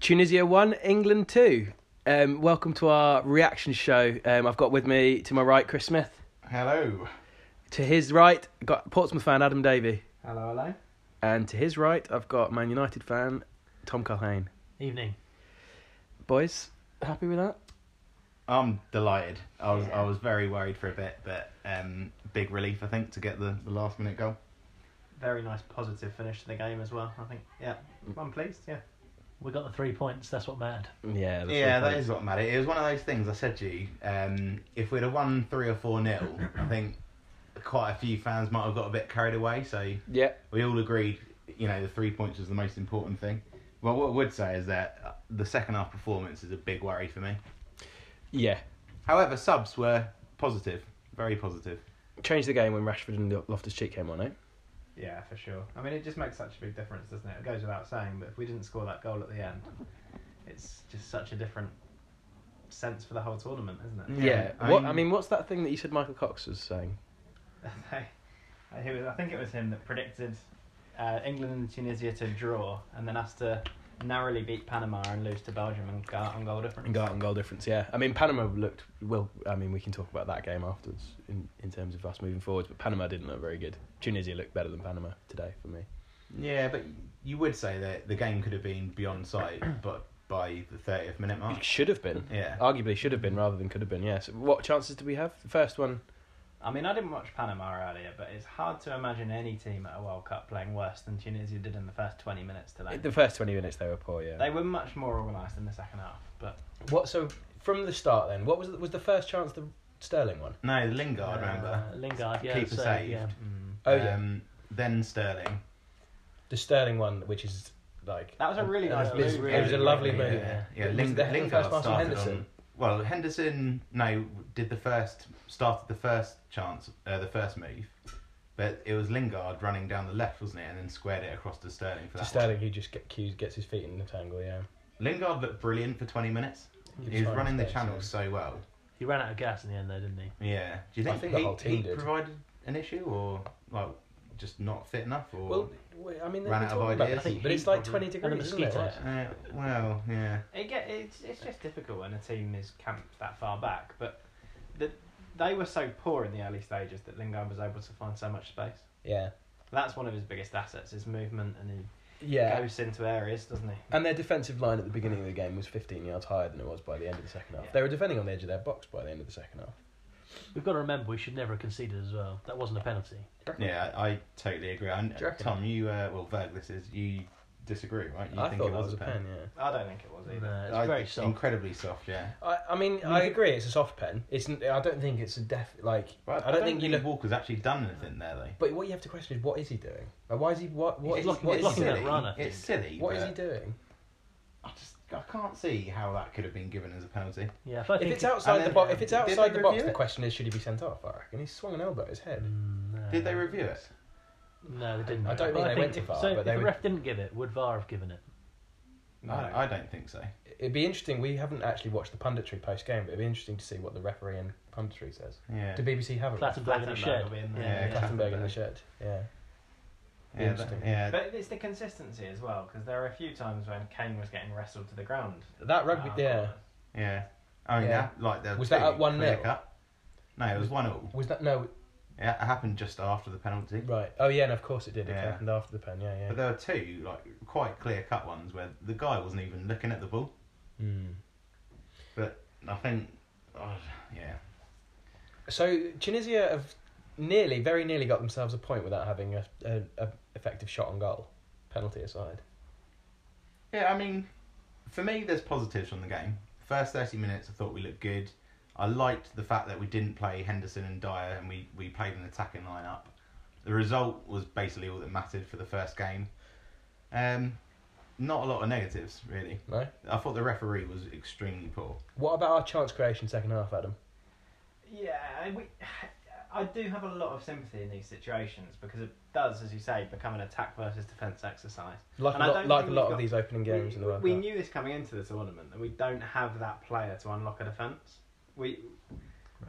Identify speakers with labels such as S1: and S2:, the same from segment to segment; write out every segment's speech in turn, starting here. S1: Tunisia one, England two. Um, welcome to our reaction show. Um, I've got with me to my right Chris Smith.
S2: Hello.
S1: To his right, I've got Portsmouth fan Adam Davey,
S3: Hello, hello.
S1: and to his right, I've got Man United fan Tom Culhane.
S3: Evening.
S1: Boys, happy with that?
S2: I'm delighted. I was I was very worried for a bit, but um, big relief I think to get the, the last minute goal.
S3: Very nice positive finish to the game as well, I think. Yeah. I'm pleased, yeah.
S4: We got the three points. That's what mattered.
S1: Yeah. the three
S2: yeah, that
S1: points.
S2: is what mattered. It was one of those things I said to you. Um, if we'd have won three or four nil, I think quite a few fans might have got a bit carried away. So
S1: Yeah.
S2: we all agreed, you know, the three points was the most important thing. Well, what I would say is that uh, the second half performance is a big worry for me.
S1: Yeah.
S2: However, subs were positive, very positive.
S1: Changed the game when Rashford and Loftus Cheek came on, eh?
S3: Yeah, for sure. I mean, it just makes such a big difference, doesn't it? It goes without saying, but if we didn't score that goal at the end, it's just such a different sense for the whole tournament, isn't it?
S1: Yeah.
S2: Yeah,
S1: what
S2: I'm-
S1: I mean, what's that thing that you said Michael Cox was saying?
S3: Mm. I, he was, I think it was him that predicted uh, England and Tunisia to draw and then us to narrowly beat Panama and lose to Belgium and go out on goal difference.
S1: And got and goal difference, yeah. I mean, Panama looked well. I mean, we can talk about that game afterwards in, in terms of us moving forwards. But Panama didn't look very good. Tunisia looked better than Panama today for me.
S2: Yeah, but you would say that the game could have been beyond sight, but by the thirtieth minute mark.
S1: It should have been,
S2: Yeah.
S1: arguably should have been rather than could have been. Yes. What chances did we have? The first one.
S3: I mean, I didn't watch Panama earlier, but it's hard to imagine any team at a World Cup playing worse than Tunisia did in the first 20 minutes today.
S1: The first twenty minutes they were poor. Yeah.
S3: They were much more organised in the second half, but
S1: What? So from the start, then, what was was the first chance the Sterling one?
S2: No, Lingard,
S3: Uh,
S2: remember?
S4: Lingard, yeah,
S2: Keeper
S4: so,
S2: saved.
S4: yeah.
S3: mm.
S1: Oh yeah.
S2: Um, then Sterling.
S1: the Sterling one, which is like
S3: that was a really nice
S4: It
S3: move.
S4: was-
S3: really.
S4: it was a lovely
S2: Yeah,
S4: move.
S2: yeah. yeah.
S1: Was
S2: Ling-
S1: the- the
S2: Lingard
S1: first pass from
S2: started
S1: Henderson?
S2: on- well, Henderson no did the first started the first chance, uh, the first move, but it was Lingard running down the left, wasn't it? And then squared it across to Sterling for that. one.
S1: Sterling who just get, gets his feet in the tangle. Yeah.
S2: Lingard looked brilliant for twenty minutes.
S1: He
S2: He
S1: was
S2: was
S1: fine
S2: running the
S1: today, so-
S2: channels so well.
S4: He ran out of gas in the end, though, didn't he?
S2: Yeah. Do you
S1: I
S2: think,
S1: think the
S2: he,
S1: whole team
S2: he
S1: did.
S2: provided an issue or like just not fit enough or
S1: Well, we- I mean, they
S2: Ran
S1: were
S2: out of
S1: talking about
S2: ideas.
S1: the heat, but
S4: Heat
S1: it's like
S4: problem.
S1: twenty
S4: And the
S1: degrees, isn't it?
S4: mosquitoes.
S1: Like-
S2: uh, well, yeah.
S3: It get, it's, it's just difficult when a team is camped that far back, but the, they were so poor in the early stages that Lingard was able to find so much space.
S1: Yeah.
S3: That's one of his biggest assets, his movement, and he
S1: Yeah.
S3: goes into areas, doesn't he?
S1: And their defensive line at the beginning of the game was 15 yards higher than it was by the end of the second half.
S3: Yeah.
S1: They were defending on the edge of their box by the end of the second half.
S4: We've got to remember we should never have conceded as well. That wasn't a penalty.
S2: Yeah, I, I totally agree. And
S1: Do you reckon?
S2: Tom, you uh, well, Berg, this is you disagree, right? You
S1: I thought that was a pen,
S3: I don't think it was either.
S4: No, uh, it's
S2: I-
S4: very soft.
S2: Incredibly soft, yeah.
S1: yeah. I, I mean, I agree it's a soft pen. It's n- I don't think it's a def like
S2: But
S1: I don't think you look
S2: Walker's actually done anything there though.
S1: but what you have to question is what is he doing? Like, why is he what what
S2: It's-
S1: is, what
S2: it's
S1: is he
S4: looking at
S1: doing?
S2: silly.
S4: Rana, I
S2: It's
S4: think.
S2: silly.
S1: What is
S2: but
S1: he doing?
S2: I just I can't see how that could have been given as a penalty.
S4: Yeah, if I
S1: If
S4: think
S1: it's outside
S2: and
S1: the
S2: then-
S1: box, if it's
S2: Did they
S1: outside the box,
S2: review
S1: the
S2: it?
S1: question is should he be sent off? I reckon he swung an elbow at his head.
S4: Mm, no.
S2: Did
S1: Uh,
S2: they review it?
S4: No, they didn't.
S1: I don't
S4: Well,
S1: think they went
S4: if-
S1: to VAR,
S4: So
S1: but
S4: if
S1: they
S4: the
S1: would-
S4: ref didn't give it, would VAR have given it?
S2: No, I don't think so.
S1: It'd be interesting. We haven't actually watched the punditry post game, but it'd be interesting to see what the referee and punditry says.
S2: Yeah.
S1: Do BBC have a ref?
S4: Plattenberg in the
S3: Plattenberg
S4: shed.
S3: will be in there.
S4: yeah,
S2: Yeah,
S4: yeah.
S1: Plattenberg in the shed. Yeah.
S2: yeah, that-
S1: Interesting.
S2: yeah.
S3: But it's the consistency as well, because there are a few times when Kane was getting wrestled to the ground.
S1: That rugby,
S3: Ah,
S1: yeah.
S2: Yeah. I mean,
S1: Yeah.
S2: that, like the
S1: Was that
S2: big
S1: at 1-0?
S2: clear cut. No, it was one all.
S1: Was that no?
S2: Yeah, it happened just after the penalty.
S1: Right. Oh yeah, and of course it did. It
S2: Yeah.
S1: happened after the pen. Yeah, yeah.
S2: But there were two like quite clear cut ones where the guy wasn't even looking at the ball.
S1: Hmm.
S2: But I think, oh, yeah,
S1: So Tunisia have nearly, very nearly, got themselves a point without having a, a, a effective shot on goal, penalty aside.
S2: yeah. I mean, for me, there's positives from the game. First thirty minutes, I thought we looked good. I liked the fact that we didn't play Henderson and Dyer, and we we played an attacking lineup. The result was basically all that mattered for the first game. Um, not a lot of negatives really.
S1: No.
S2: I thought the referee was extremely poor.
S1: What about our chance creation second half, Adam?
S3: Yeah, I- we, I do have a lot of sympathy in these situations because it does, as you say, become an attack versus defence exercise.
S1: Like
S3: And
S1: a
S3: I
S1: lot,
S3: don't
S1: like a
S3: think
S1: lot
S3: we've
S1: of
S3: got-
S1: these opening games
S3: we,
S1: in the World
S3: we
S1: Cup.
S3: knew this coming into the tournament that we don't have that player to unlock a defence. We,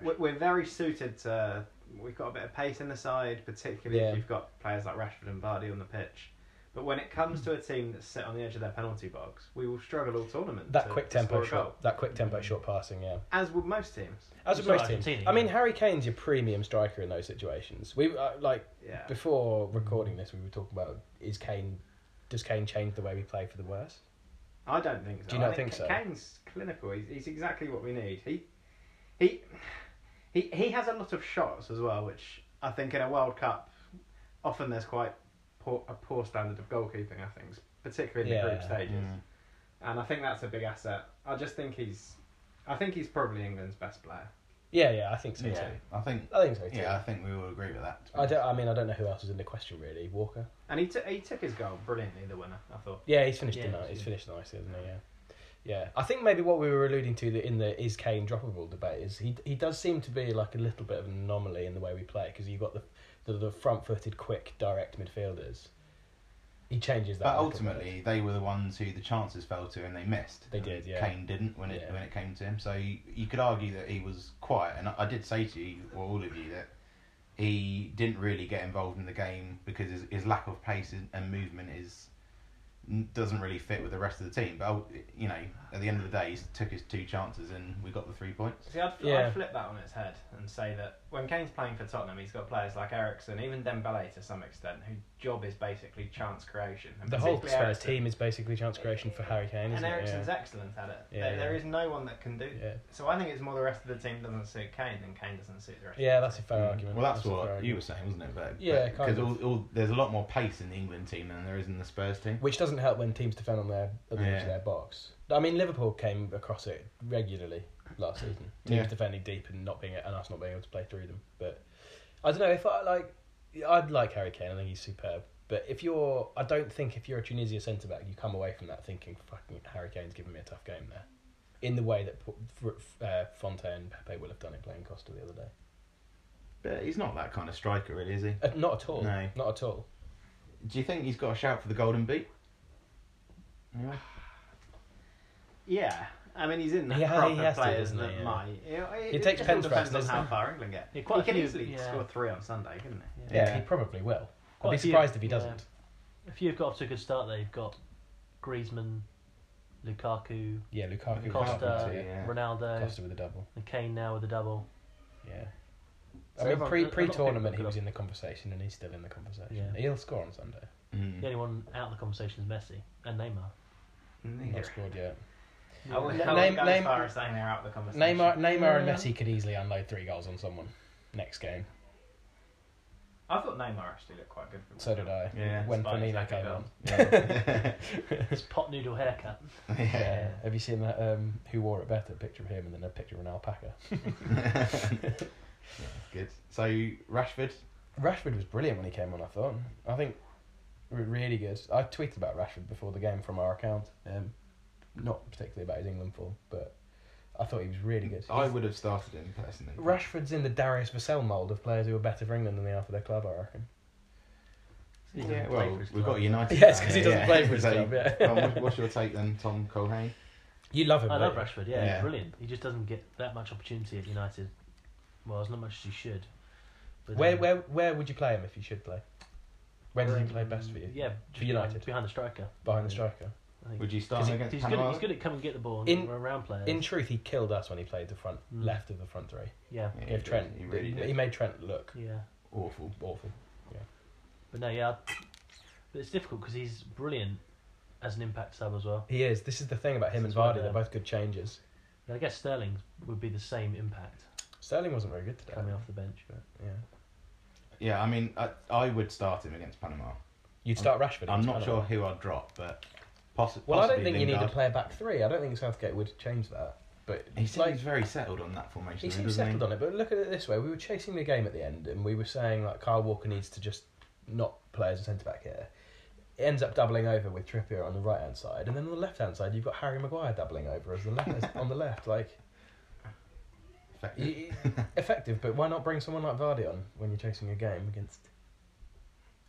S3: we we're very suited to. We've got a bit of pace in the side, particularly
S1: Yeah.
S3: if you've got players like Rashford and Vardy on the pitch. But when it comes to a team that's set on the edge of their penalty box, we will struggle all tournament.
S1: That
S3: to-
S1: quick
S3: to score
S1: tempo
S3: a goal.
S1: shot, that quick tempo short passing, yeah.
S3: as would most teams.
S1: As with
S4: It's
S1: most
S4: like
S1: teams,
S4: Argentina,
S1: I mean,
S4: yeah.
S1: Harry Kane's your premium striker in those situations. We uh, like
S3: Yeah.
S1: before recording this, we were talking about is Kane, does Kane change the way we play for the worse?
S3: I don't think so.
S1: Do you not
S3: I
S1: think so?
S3: Kane's clinical. He's, he's exactly what we need. He, he, he, he has a lot of shots as well, which I think in a World Cup, often there's quite poor, a poor standard of goalkeeping. I think, particularly in the group
S1: Yeah.
S3: stages,
S2: Mm.
S3: and I think that's a big asset. I just think he's, I think he's probably England's best player.
S1: Yeah, yeah, I think so
S2: Yeah,
S1: too.
S2: I think.
S1: I think so too.
S2: Yeah, I think we all agree with that. to be
S1: I don't. I mean, I don't know who else is in the question really. Walker.
S3: And he, t- he took his goal brilliantly, the winner. I thought.
S1: Yeah, he's finished.
S4: Yeah,
S1: tonight. He's
S4: yeah.
S1: finished nicely, isn't he? Yeah. Yeah, I think maybe what we were alluding to the- in the is Kane droppable debate is he he does seem to be like a little bit of an anomaly in the way we play because you've got the the, the front footed, quick, direct midfielders. He changes that.
S2: But
S1: a little bit.
S2: ultimately, they were the ones who the chances fell to and they missed.
S1: They did, yeah.
S2: Kane didn't when it
S1: Yeah.
S2: when it came to him. So you, you could argue that he was quiet. And I, I did say to you, or all of you, that he didn't really get involved in the game because his, his lack of pace and- and movement is n- doesn't really fit with the rest of the team. But oh, you know, at the end of the day, he took his two chances and we got the three points.
S3: See, I'd,
S1: Yeah.
S3: I'd flip that on its head and say that when Kane's playing for Tottenham, he's got players like Ericsson, even Dembele to some extent, whose job is basically chance creation. And
S1: the whole
S3: particularly
S1: Spurs
S3: Eriksen.
S1: team is basically chance creation for Harry Kane,
S3: And
S1: isn't it?
S3: Ericsson's
S1: Yeah.
S3: excellent at it.
S1: Yeah,
S3: there, there
S1: yeah.
S3: is no one that can do.
S1: yeah,
S3: So I think it's more the rest of the team doesn't suit Kane than Kane doesn't suit the rest.
S1: yeah,
S3: of the
S1: that's a
S3: team.
S1: fair argument.
S2: Hmm. Mm. Well, that's,
S1: a
S2: what
S1: fair
S2: you
S1: argument.
S2: were saying, wasn't it? But,
S1: Yeah, kind
S2: because all,
S1: of.
S2: all, there's a lot more pace in the England team than there is in the Spurs team.
S1: Which doesn't help when teams defend on their on the edge
S2: Yeah.
S1: of their box. I mean, Liverpool came across it regularly last season. Teams
S2: Yeah.
S1: defending deep and not being and us not being able to play through them. But I don't know if I like. I'd like Harry Kane. I think he's superb. But if you're, I don't think if you're a Tunisia centre back, you come away from that thinking, "Fucking Harry Kane's giving me a tough game there," in the way that P- F- uh, Fonte and Pepe will have done it playing Costa the other day.
S2: But he's not that kind of striker, really, is he?
S1: Uh, not at all.
S2: No.
S1: Not at all.
S2: Do you think he's got a shout for the golden boot? Anyway.
S3: Yeah. I mean, he's in that
S1: He ha-
S3: crop
S1: he
S3: of
S1: has to,
S3: players
S1: doesn't he?
S3: that
S1: Yeah.
S3: might. It, it,
S1: He takes
S3: just
S1: pens
S3: all
S1: for us,
S3: depends on
S1: doesn't
S3: how
S1: he?
S3: far England get.
S4: Yeah,
S3: He,
S4: quite a
S3: could
S4: few-
S3: easily
S4: yeah.
S3: score three on Sunday, couldn't he?
S4: Yeah.
S1: Yeah,
S2: Yeah.
S1: he probably will.
S4: Quite
S1: I'd be
S4: a few-
S1: surprised if he
S4: yeah.
S1: doesn't.
S4: A few have got off to a good start. They've got Griezmann, Lukaku,
S1: Yeah, Lukaku, with
S4: Costa,
S1: a double, too.
S2: uh, yeah.
S4: Ronaldo,
S1: Costa with a double.
S4: and Kane now with a double.
S1: Yeah.
S4: So
S1: I mean,
S4: everyone- a
S1: pre
S4: lot of
S1: pre
S4: people
S1: tournament,
S4: could
S1: he was
S4: have-
S1: in the conversation, and he's still in the conversation.
S4: Yeah.
S1: He'll score on Sunday.
S2: Mm.
S4: The only one out of the conversation is Messi and Neymar.
S3: Neither.
S1: Not scored yet.
S3: I
S2: Oh,
S3: wouldn't I
S1: Name-
S3: wouldn't go as
S1: name-
S3: far as saying they're out of the conversation.
S1: Neymar, Neymar, and
S4: Yeah.
S1: Messi could easily unload three goals on someone next game.
S3: I thought Neymar actually looked quite good. For
S1: So did I.
S2: Yeah.
S1: when
S3: Spurs
S1: Firmino
S3: like a
S1: came
S3: goal.
S1: on.
S2: Yeah.
S4: His pot noodle haircut.
S1: Yeah.
S2: yeah.
S1: Have you seen that? Um, who wore it better? Picture of him and then a picture of an alpaca.
S2: Good. So Rashford.
S1: Rashford was brilliant when he came on. I thought. I think re- really good. I tweeted about Rashford before the game from our account. Um, not particularly about his England form, but I thought he was really good.
S2: I
S1: He's-
S2: would have started him personally.
S1: Rashford's in the Darius Vassell mould of players who are better for England than they are for their club, I reckon.
S4: He doesn't
S2: Yeah,
S4: play
S2: well,
S4: for his
S2: we've
S4: club.
S2: got United.
S1: Yeah, it's
S2: down
S1: 'cause he
S2: here,
S1: doesn't play for his
S2: So,
S1: club, yeah.
S2: Tom, what- what's your take then, Tom Colhane?
S1: You love him,
S4: I love
S1: don't you?
S4: Rashford. Yeah,
S2: Yeah.
S4: he's brilliant. He just doesn't get that much opportunity at United. Well, as not much as he should. But,
S1: Where,
S4: um,
S1: where, where would you play him if you should play? Where does he play best for you?
S4: Yeah, just
S1: United.
S4: behind, behind the striker.
S1: Behind the striker.
S4: I think.
S2: Would you start
S4: 'Cause
S2: him
S4: he-
S2: against
S4: he's, good,
S2: Panama?
S4: he's good at come and get the ball and
S1: In-
S4: run around players.
S1: In truth, he killed us when he played the front
S4: Mm.
S1: left of the front three.
S4: yeah,
S2: Yeah,
S1: If
S2: he did.
S1: Trent.
S2: He really did.
S1: he made Trent look
S4: yeah.
S2: Awful.
S1: awful.
S4: But no, yeah. But it's difficult because he's brilliant as an impact sub as well.
S1: He is. This is the thing about him and
S4: That's why
S1: Vardy. They're
S4: they're-
S1: both good changes.
S4: But I guess Sterling would be the same impact
S1: Sterling wasn't very good today.
S4: coming off the bench.
S1: Yeah.
S2: Yeah, I mean, I, I would start him against Panama.
S1: You'd start Rashford.
S2: I'm
S1: against
S2: not
S1: Panama.
S2: sure who I'd drop, but possi- possibly.
S1: Well, I don't think you need
S2: Lingard.
S1: to play a back three. I don't think Southgate would change that. But
S2: He
S1: it's
S2: seems very settled on that formation.
S1: He
S2: though,
S1: seems
S2: doesn't
S1: settled
S2: he?
S1: on it, but look at it this way: we were chasing the game at the end, and we were saying like Kyle Walker needs to just not play as a centre back here. It ends up doubling over with Trippier on the right hand side, and then on the left hand side you've got Harry Maguire doubling over as the left as, on the left, like
S2: Effective.
S1: y- y- effective. But why not bring someone like Vardy on when you're chasing a game against,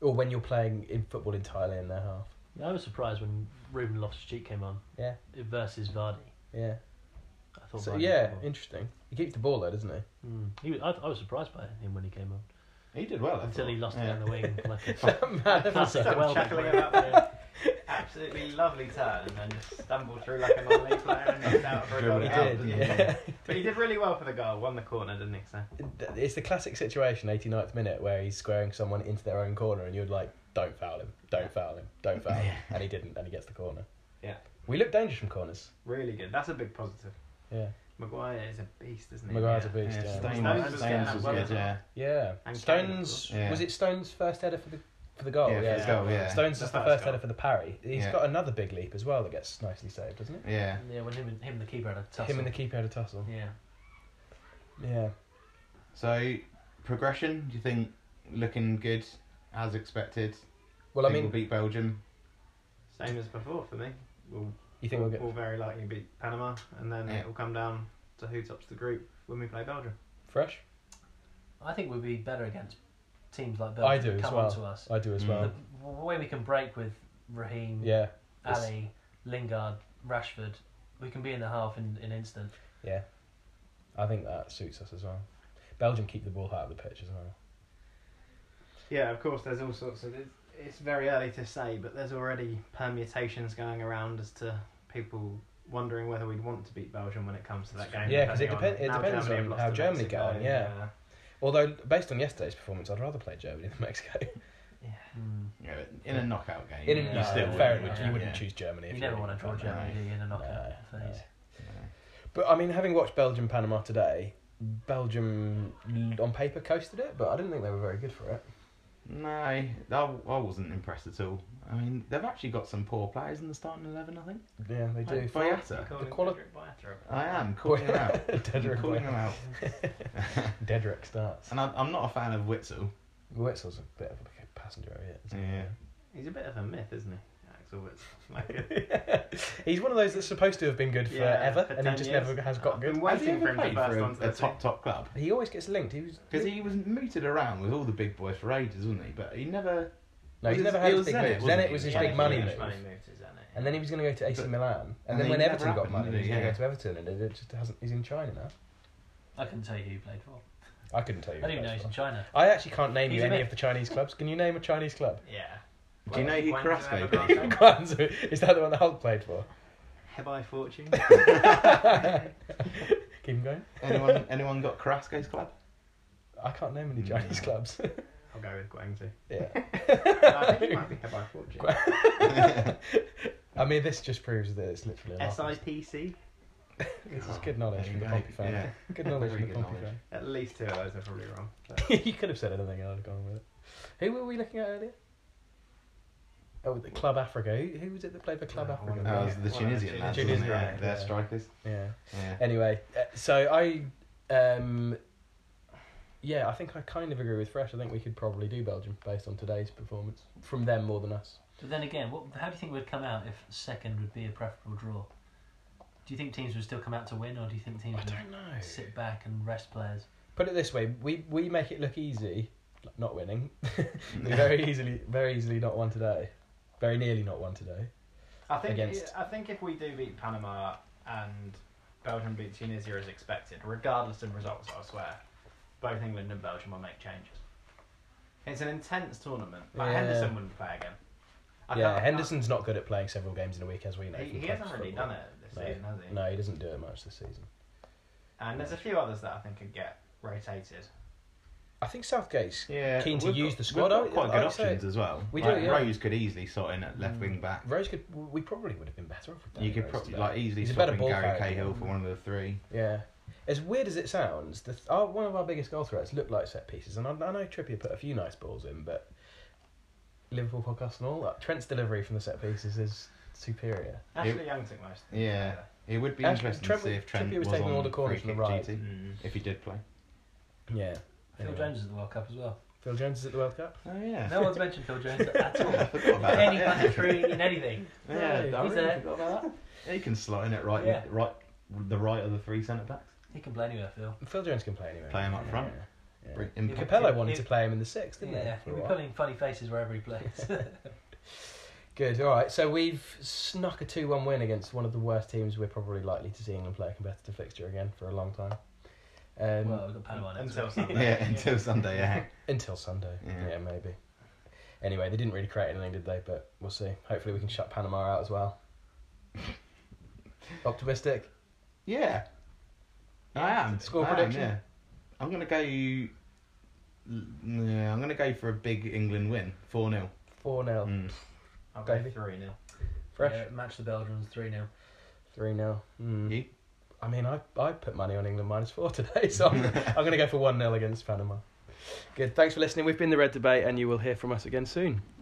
S1: or when you're playing in football entirely in their half?
S4: Yeah, I was surprised when Ruben Loftus-Cheek came on
S1: Yeah,
S4: versus Vardy.
S1: yeah.
S4: I thought.
S1: So
S4: Vardy Hmm.
S1: yeah,
S4: was more-
S1: interesting. He keeps the ball though, doesn't he?
S4: Mm. He was, I, I was surprised by him when he came on.
S2: He did well I
S4: until
S2: thought.
S4: he lost
S2: Yeah.
S4: it on the wing. Like a
S1: Magnificent.
S4: classic
S3: Stop
S4: Welbeck.
S3: chuckling about the absolutely lovely turn and then just stumbled through like a non-league player and knocked out for a goal.
S1: He
S2: Dribbled
S3: out,
S1: did,
S3: didn't he?
S1: yeah.
S3: But he did really well for the goal, won the corner, didn't he? So
S1: It's the classic situation, 89th minute, where he's squaring someone into their own corner, and you're like, "Don't foul him! Don't foul him! Don't foul him!" And he didn't, and he gets the corner.
S3: Yeah.
S1: we look dangerous from corners.
S3: really good. That's a big positive.
S1: Yeah,
S3: Maguire is a beast, isn't he?
S1: Maguire's
S2: Yeah,
S1: a beast. Yeah,
S2: Stones,
S3: Stones
S2: Stones,
S3: was getting that
S2: was
S3: well
S2: good,
S3: as well.
S2: yeah.
S1: yeah.
S3: And
S1: Stones
S2: Kane as well.
S1: was it Stone's first header for the for the goal?
S2: Yeah, for his goal, yeah.
S1: Stones
S3: The
S1: is the
S3: first
S1: first
S3: goal.
S1: header for the parry. He's
S2: Yeah.
S1: got another big leap as well that gets nicely saved, doesn't it?
S2: Yeah.
S4: Yeah, when him and him and the keeper had a tussle.
S1: Him and the keeper had a tussle.
S4: yeah.
S1: Yeah.
S2: So, progression, do you think looking good as expected?
S1: Well, I
S2: Think
S1: mean,
S2: we'll beat Belgium.
S3: Same as before for me. We'll,
S1: you think we'll get
S3: we'll very likely beat Panama, and then
S2: Yeah.
S3: it will come down to who tops the group when we play Belgium.
S1: fresh?
S4: I think we'd be better against teams like Belgium.
S1: I do
S4: that
S1: as
S4: come
S1: well.
S4: on to us.
S1: I do as
S2: Mm.
S1: well.
S4: The w- way we can break with Raheem,
S1: Yeah. It's-
S4: Ali, Lingard, Rashford, we can be in the half in an instant.
S1: Yeah, I think that suits us as well. Belgium keep the ball out of the pitch as well.
S3: Yeah, of course. There's all sorts of. It's, it's very early to say, but there's already permutations going around as to people wondering whether we'd want to beat Belgium when it comes to that game.
S1: Yeah, 'cause it
S3: depending
S1: depen- it
S3: now
S1: depends
S3: have
S1: on
S3: lost
S1: how
S3: to
S1: Germany
S3: Mexico,
S1: go on, yeah. Although, based on yesterday's performance, I'd rather play Germany than Mexico.
S4: Hmm.
S2: Yeah, but in a knockout game.
S1: In a,
S4: Yeah,
S1: no,
S4: still
S1: fair
S4: wouldn't,
S1: enough,
S4: yeah.
S1: you wouldn't
S2: yeah.
S1: choose Germany. If
S4: You never
S1: were
S4: want to draw
S1: England, right?
S4: Germany do you, in a knockout
S1: No, no.
S4: phase.
S1: But I mean, having watched Belgium Panama today, Belgium l- on paper coasted it, but I didn't think they were very good for it.
S2: No, I, I wasn't impressed at all. I mean, they've actually got some poor players in the starting eleven. I think.
S1: Yeah, they do.
S2: Like,
S1: For-
S3: Yeah.
S2: Boyata.
S1: The quali-
S2: I am calling him out. I'm
S1: Dedrick,
S2: calling him out.
S1: Dedrick starts.
S2: And I, I'm not a fan of Witzel.
S1: Witzel's a bit of a passenger over here. isn't he?
S2: Yeah.
S3: He's a bit of a myth, isn't he? Axel Witzel. Like,
S1: He's one of those that's supposed to have been good
S3: Yeah,
S1: forever,
S3: for
S1: and he
S3: 10
S1: just
S3: years.
S1: never has got
S3: I've
S1: good.
S3: been
S2: Has he
S3: waiting for
S2: ever played
S3: him to
S2: for
S3: burst
S2: a,
S3: onto
S2: a
S3: the
S2: top top club?
S1: He always gets linked. He was
S2: Because he was mooted around with all the big boys for ages, wasn't he? But he never.
S1: no, he's
S2: was-
S1: never
S2: it
S1: had his
S2: was
S1: big
S2: Zenit,
S1: move.
S2: wasn't
S1: Then it
S2: it?
S1: was his
S2: Yeah,
S1: big
S2: yeah,
S1: money
S2: yeah.
S1: move,
S3: Money moves, isn't it?
S1: and then he was going to go to AC
S2: But-
S1: Milan, and,
S2: and
S1: then
S2: then
S1: when
S2: it never
S1: Everton got
S2: happened,
S1: money, he was
S2: did it?
S1: going to
S2: Yeah.
S1: go to Everton, and it just hasn't. He's in China now.
S4: I couldn't tell you who he played for.
S1: I couldn't tell you.
S4: I
S1: who
S4: didn't even know
S1: that
S4: he's in
S1: was.
S4: China.
S1: I actually can't name
S4: He's
S1: you
S4: a
S1: any
S4: bit-
S1: of the Chinese clubs. Can you name a Chinese club?
S3: Yeah.
S2: Do you know who Carrasco played?
S1: Guangzhou. Is that the one that Hulk played for?
S3: Have I fortune?
S1: Keep him going.
S2: anyone? Anyone got Carrasco's club?
S1: I can't name any
S2: Mm.
S1: Chinese clubs.
S3: I'll go with Guangzhou.
S1: yeah.
S3: I think it might be Have I fortune.
S1: I mean, this just proves that it's literally. an
S3: S I
S1: office.
S3: P C.
S1: This is good knowledge
S2: There
S1: from
S2: you
S1: the
S2: go.
S1: Pompey fan.
S2: Yeah.
S1: Good knowledge from
S2: Very
S1: the
S2: good
S1: Pompey
S2: knowledge.
S1: fan.
S3: At least two of those are probably wrong. But
S1: you could have said anything, I'd have gone with it. Who were we looking at earlier? Oh, the Club Africa. Who, who was it that played for Club
S3: Oh, I
S1: Africa?
S3: wonder-
S2: That was
S3: Yeah.
S2: the Tunisian
S1: Tunisian,
S2: lads. wasn't it?
S3: Tunisian
S2: Yeah,
S1: yeah.
S2: They're strikers.
S1: Yeah.
S2: Yeah.
S1: Anyway, uh, so I, um, yeah, I think I kind of agree with Fresh. I think we could probably do Belgium based on today's performance from them more than us.
S4: But then again, what, how do you think we'd come out if second would be a preferable draw? Do you think teams would still come out to win, or do you think teams
S1: I
S2: Mm.
S4: would
S1: don't know.
S4: sit back and rest players?
S1: Put it this way: we we make it look easy, like not winning. we very easily, very easily not one today. Very nearly not one today.
S3: I think
S1: Against-
S3: I think if we do beat Panama and Belgium beat Tunisia as expected, regardless of results, I swear, both England and Belgium will make changes. It's an intense tournament. Like
S1: Yeah.
S3: Henderson wouldn't play again. I can't-
S1: yeah,
S3: I can't-
S1: Henderson's not good at playing several games in a week, as we know.
S3: He,
S1: from
S3: he hasn't
S1: clubs
S3: really
S1: football.
S3: done it this
S1: No.
S3: season, has he?
S1: No, he doesn't do it much this season.
S3: And there's a few others that I think could get rotated.
S1: I think Southgate's.
S2: Yeah,
S1: Keen to
S2: we've
S1: use
S2: got-
S1: the squad,
S2: We've
S1: aren't
S2: got
S1: we?
S2: quite good
S1: Like I say-
S2: options as well.
S1: We do,
S2: Like,
S1: yeah.
S2: Rose could easily sort in at left wing back.
S1: Rose could. We probably would have been better off with Danny
S2: You could
S1: Rose
S2: probably
S1: today.
S2: like easily
S1: He's a
S2: swap
S1: better
S2: in
S1: ball
S2: Gary
S1: carrier.
S2: Cahill for one of the three.
S1: Yeah. As weird as it sounds, the th- our, one of our biggest goal threats looked like set pieces, and I, I know Trippier put a few nice balls in, but Liverpool podcast and all that. Trent's delivery from the set pieces is superior.
S3: Ashley Young took most. Of the
S2: Yeah. It would be
S1: Actually,
S2: interesting
S1: Trent
S2: to see
S1: was-
S2: if Trent
S1: Trippier was taking
S2: on
S1: all the corners
S2: free
S1: from the
S2: kick
S1: right.
S2: duty,
S3: Mm.
S2: if he did play.
S1: Yeah.
S4: Phil
S1: Anyway.
S4: Jones is at the World Cup as well.
S1: Phil Jones is at the World Cup.
S2: Oh yeah.
S4: No one's mentioned Phil Jones at
S2: I
S4: all.
S2: forgot about
S4: Any
S2: that.
S4: country, in anything.
S2: Yeah,
S1: No,
S2: I
S4: he's
S2: really
S4: there.
S2: forgot about that. He can slot in at right,
S4: Yeah.
S2: right, the right of the three centre backs.
S4: He can play anywhere, Phil.
S1: Phil Jones can play anywhere.
S2: Play him up
S1: Yeah.
S2: front.
S1: Yeah.
S2: Bring- in-
S4: Yeah,
S1: Capello wanted
S4: If-
S1: to play him in the sixth, didn't
S4: Yeah,
S1: he? For
S4: he'll
S1: a
S4: be
S1: while.
S4: putting funny faces wherever he plays.
S1: Good. All right. So we've snuck a two-one win against one of the worst teams we're probably likely to see England play a competitive fixture again for a long time. Um,
S4: well, we've got Panama next
S3: Until
S4: week.
S3: Sunday.
S2: Yeah, until Sunday. Yeah.
S1: until Sunday.
S2: Yeah.
S1: yeah, maybe. Anyway, they didn't really create anything, did they? But we'll see. Hopefully, we can shut Panama out as well. Optimistic.
S2: Yeah. I am.
S1: Score
S2: I am,
S1: prediction?
S2: yeah. I'm gonna go. Yeah, I'm gonna go for a big England win, four Hmm. 0
S1: Four 0
S2: Mm.
S3: I'll go
S1: Davey?
S3: three now.
S1: fresh.
S4: Yeah, match the Belgians 3 0.
S1: Three 0 mm.
S2: You?
S1: I mean, I I put money on England minus four today, so I'm, I'm going to go for one 0 against Panama. Good. Thanks for listening. We've been the Red Debate, and you will hear from us again soon.